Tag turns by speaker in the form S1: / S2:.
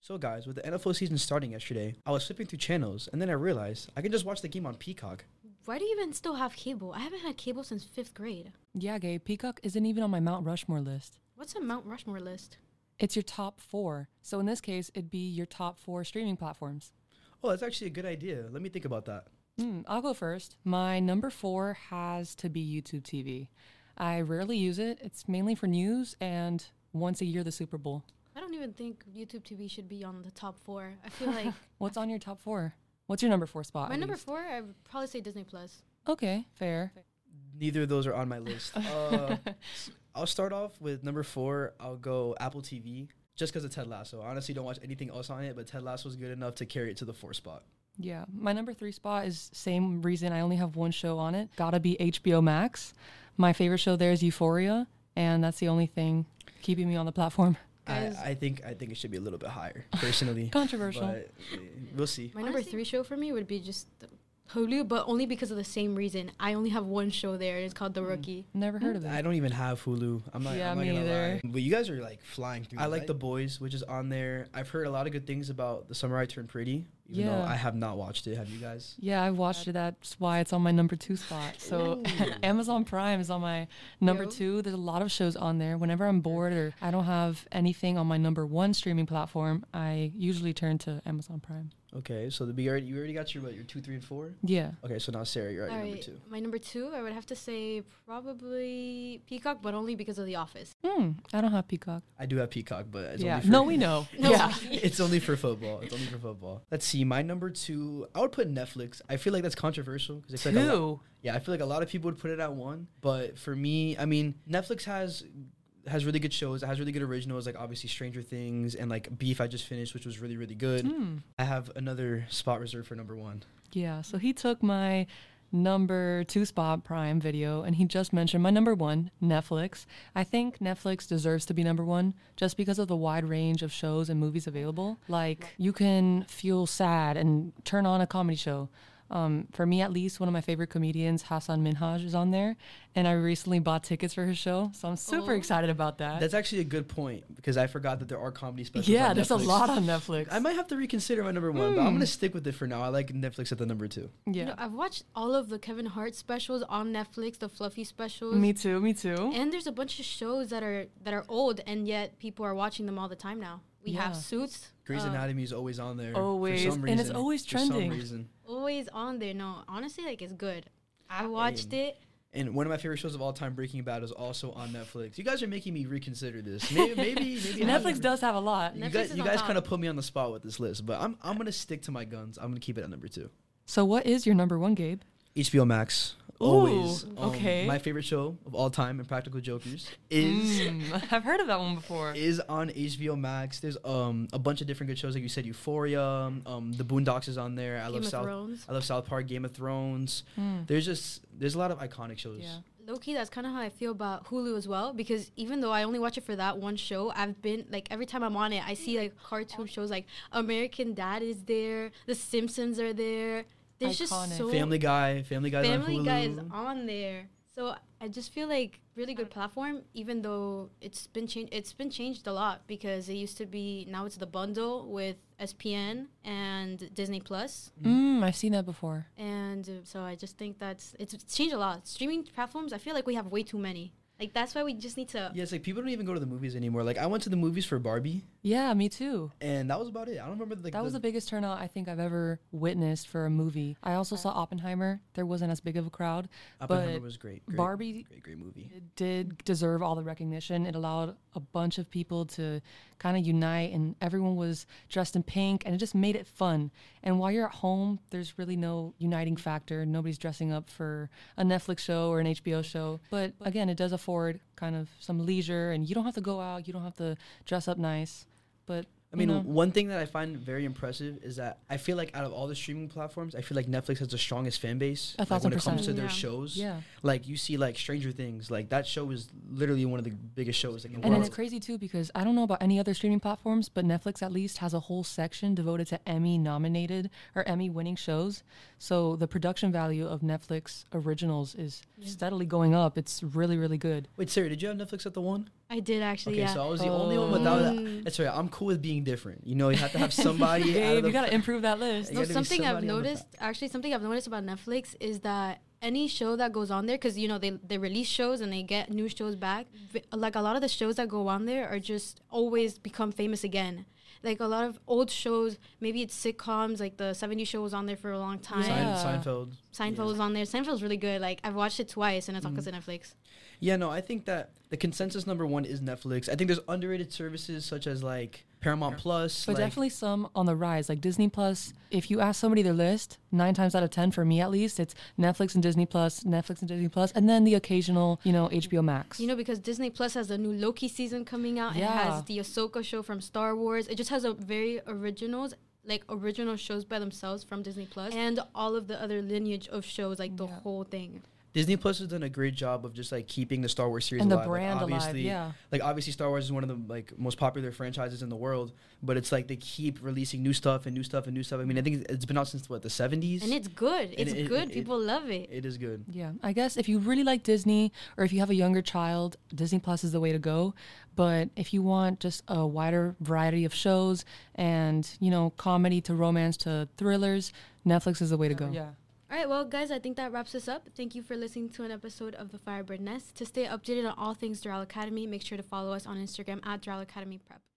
S1: So, guys, with the NFL season starting yesterday, I was flipping through channels and then I realized I can just watch the game on Peacock.
S2: Why do you even still have cable? I haven't had cable since fifth grade.
S3: Yeah, Gay, Peacock isn't even on my Mount Rushmore list.
S2: What's a Mount Rushmore list?
S3: It's your top four. So in this case, it'd be your top four streaming platforms.
S1: Oh, that's actually a good idea. Let me think about that.
S3: Hmm, I'll go first. My number four has to be YouTube TV. I rarely use it, it's mainly for news and once a year, the Super Bowl.
S2: I don't even think YouTube TV should be on the top four. I feel like
S3: What's on your top four? What's your number four spot?
S2: my
S3: at
S2: number
S3: least?
S2: four, I would probably say Disney Plus.
S3: Okay, fair.
S1: Neither of those are on my list. Uh, s- I'll start off with number four. I'll go Apple TV just because of Ted Lasso. I honestly don't watch anything else on it, but Ted Lasso is good enough to carry it to the four spot.
S3: Yeah, my number three spot is same reason. I only have one show on it. Gotta be HBO Max. My favorite show there is Euphoria, and that's the only thing keeping me on the platform.
S1: I,
S2: Guys.
S1: I think I think it should be a little bit higher, personally.
S3: Controversial.
S1: but uh, we'll see.
S2: My number three show for me would be just the Hulu, but only because of the same reason. I only have one show there, and it's called
S1: Hmm.
S2: The Rookie.
S3: Never heard of it.
S1: I don't even have Hulu. I'm not.
S3: Yeah,
S1: I'm not
S3: me
S1: gonna
S3: either.
S1: Lie. But you guys are like flying through. I like the boys, which is on there. I've heard a lot of good things about the summer I turned pretty. Even though
S3: Yeah.
S1: I have not watched it. Have you guys?
S3: Yeah, I've watched it. That's why it's on my number two spot. So Amazon Prime is on my number two. There's a lot of shows on there. Whenever I'm bored or I don't have anything on my number one streaming platform, I usually turn to Amazon Prime.
S1: Okay, so the we already you already got your what, your two, three, and four.
S3: Yeah.
S1: Okay, so now Sarah, you're at
S2: All
S1: your
S2: right,
S1: number two.
S2: my number two, I would have to say probably Peacock, but only because of The Office.
S3: Hmm. I don't have Peacock.
S1: I do have Peacock, but it's
S3: yeah.
S1: only for
S3: No, we know. yeah.
S1: it's only for football. It's only for football. Let's see. My number two, I would put Netflix. I feel like that's controversial because like a lot-
S3: Two.
S1: yeah, I feel like a lot of people would put it at one, but for me, I mean, Netflix has has really good shows. It has really good originals, like obviously Stranger Things and like Beef. I just finished, which was really really good.
S3: Mm. Hmm.
S1: I have another spot reserved for number one.
S3: Yeah, so he took my number two spot Prime Video, and he just mentioned my number one, Netflix. I think Netflix deserves to be number one just because of the wide range of shows and movies available. Like, you can feel sad and turn on a comedy show. Um, for me, at least, one of my favorite comedians, Hassan Minhaj, is on there, and I recently bought tickets for his show, so I'm super excited about that.
S1: That's actually a good point because I forgot that there are comedy specials.
S3: Uh, yeah,
S1: on
S3: there's a
S1: Netflix.
S3: lot Hmm. on Netflix.
S1: I might have to reconsider my number one, but I'm gonna stick with it for now. I like Netflix at the number two.
S3: yeah,
S2: You know, I've watched all of the Kevin Hart specials on Netflix, the Fluffy specials.
S3: me too, me too.
S2: And there's a bunch of shows that are that are old, and yet people are watching them all the time now. We have
S3: Yeah.
S2: Suits, uh,
S1: Grey's Anatomy is always on there.
S3: Oh. always,
S1: for some
S3: and
S1: reason,
S3: it's always trending.
S1: For some reason.
S2: always on there. No, honestly, like it's good. I watched it.
S1: And one of my favorite shows of all time, Breaking Bad, is also on Netflix. You guys are making me reconsider this. Maybe, maybe, maybe I
S3: Netflix
S1: should-
S3: does have a lot.
S1: You
S2: Netflix
S1: guys,
S2: is
S1: you
S2: on
S1: guys
S2: top.
S1: kind of put me on the spot with this list, but I'm I'm gonna stick to my guns. I'm gonna keep it at number two.
S3: So, what is your number one, Gabe?
S1: HBO Max. Always. um,
S3: Ooh, okay.
S1: My favorite show of all time, Impractical Jokers, is
S3: Mm, I've heard of that one before.
S1: is on HBO Max. There's um a bunch of different good shows, like you said, Euphoria. Um, The Boondocks is on there. I
S2: Game
S1: love
S2: of
S1: South.
S2: Thrones. Mm.
S1: I love South Park, Game of Thrones. There's just there's a lot of iconic shows.
S3: Mm, Yeah.
S2: Low key, that's kind of how I feel about Hulu as well. Because even though I only watch it for that one show, I've been like every time I'm on it, I see like cartoon shows like American Dad is there, The Simpsons are there. There's
S3: Iconic.
S2: just so
S1: Family Guy, Family Guy's on
S2: Family
S1: Hulu.
S2: Guy is on there. So I just feel like really good platform, even though it's been changed. It's been changed a lot because it used to be now it's the bundle with SPN and Disney Plus,
S3: Mm, I've seen that before.
S2: and uh, so I just think that's it's it's changed a lot. Streaming platforms, I feel like we have way too many. Like that's why we just need to.
S1: Yeah, it's like people don't even go to the movies anymore. Like I went to the movies for Barbie,
S3: Yeah, me too.
S1: and that was about it. I don't remember like
S3: That was
S1: the,
S3: the biggest turnout I think I've ever witnessed for a movie. I also saw Oppenheimer. There wasn't as big of a crowd,
S1: Oppenheimer
S3: but
S1: was great. great
S3: Barbie
S1: great, great movie.
S3: did deserve all the recognition. It allowed a bunch of people to kind of unite, and everyone was dressed in pink, and it just made it fun. And while you're at home, there's really no uniting factor. Nobody's dressing up for a Netflix show or an HBO show. But again, it does afford kind of some leisure, and you don't have to go out, you don't have to dress up nice. But
S1: I
S3: you
S1: mean,
S3: know,
S1: one thing that I find very impressive is that I feel like out of all the streaming platforms, I feel like Netflix has the strongest fan base.
S3: A
S1: like,
S3: thousand
S1: when it comes
S3: percent.
S1: to their
S2: Yeah.
S1: shows.
S3: Yeah.
S1: Like you see like Stranger Things, like that show is literally one of the biggest shows like, in the
S3: And then
S1: world.
S3: it's crazy too because I don't know about any other streaming platforms, but Netflix at least has a whole section devoted to Emmy nominated or Emmy winning shows. So the production value of Netflix originals is steadily going up. It's really, really good.
S1: Wait, Sarah, did you have Netflix at the one?
S2: I did actually.
S1: Okay,
S2: yeah.
S1: so I was the only one without
S3: Oh.
S1: that.
S2: Mm.
S1: That's right. I'm cool with being different. You know, you have to have somebody. out of
S3: Gabe,
S1: the
S3: you gotta
S1: fa-
S3: improve that list.
S1: you
S2: no,
S1: gotta be
S2: something I've
S1: somebody on the
S2: noticed actually something I've noticed about Netflix is that any show that goes on there because you know they they release shows and they get new shows back v- like a lot of the shows that go on there are just always become famous again like a lot of old shows maybe it's sitcoms like the 70 show was on there for a long time
S1: Sein-
S3: Yeah.
S1: Seinfeld.
S2: Seinfeld was on there Seinfeld's really good like I've watched it twice and it's on 'cause of
S1: Mm-hmm.
S2: Netflix
S1: Yeah, no, I think that the consensus number one is Netflix. I think there's underrated services such as like Paramount Plus.
S3: But
S1: like-
S3: definitely some on the rise, like Disney Plus. If you ask somebody their list, nine times out of ten, for me at least, it's Netflix and Disney Plus, Netflix and Disney Plus, and then the occasional, you know, HBO Max.
S2: you know because Disney Plus has a new Loki season coming out and it
S3: Yeah.
S2: has the Ahsoka show from Star Wars it just has a very originals like original shows by themselves from Disney Plus and all of the other lineage of shows like the
S3: Yeah.
S2: whole thing
S1: Disney Plus has done a great job of just like keeping the Star Wars series
S3: And the
S1: alive. Like,
S3: brand alive,
S1: obviously,
S3: yeah.
S1: Like obviously, Star Wars is one of the like most popular franchises in the world, but it's like they keep releasing new stuff and new stuff and new stuff. I mean, I think it's been out since what the 70s.
S2: and it's good
S1: And
S2: it's
S1: it-
S2: good
S1: it-
S2: people love it
S1: it is good.
S3: Yeah, I guess if you really like Disney or if you have a younger child, Disney Plus is the way to go. But if you want just a wider variety of shows and, you know, comedy to romance to thrillers, Netflix is the way to go. Yeah.
S2: all right well guys I think that wraps us up thank you for listening to an episode of the Firebird Nest to stay updated on all things Doral Academy make sure to follow us on Instagram at Doral Academy Prep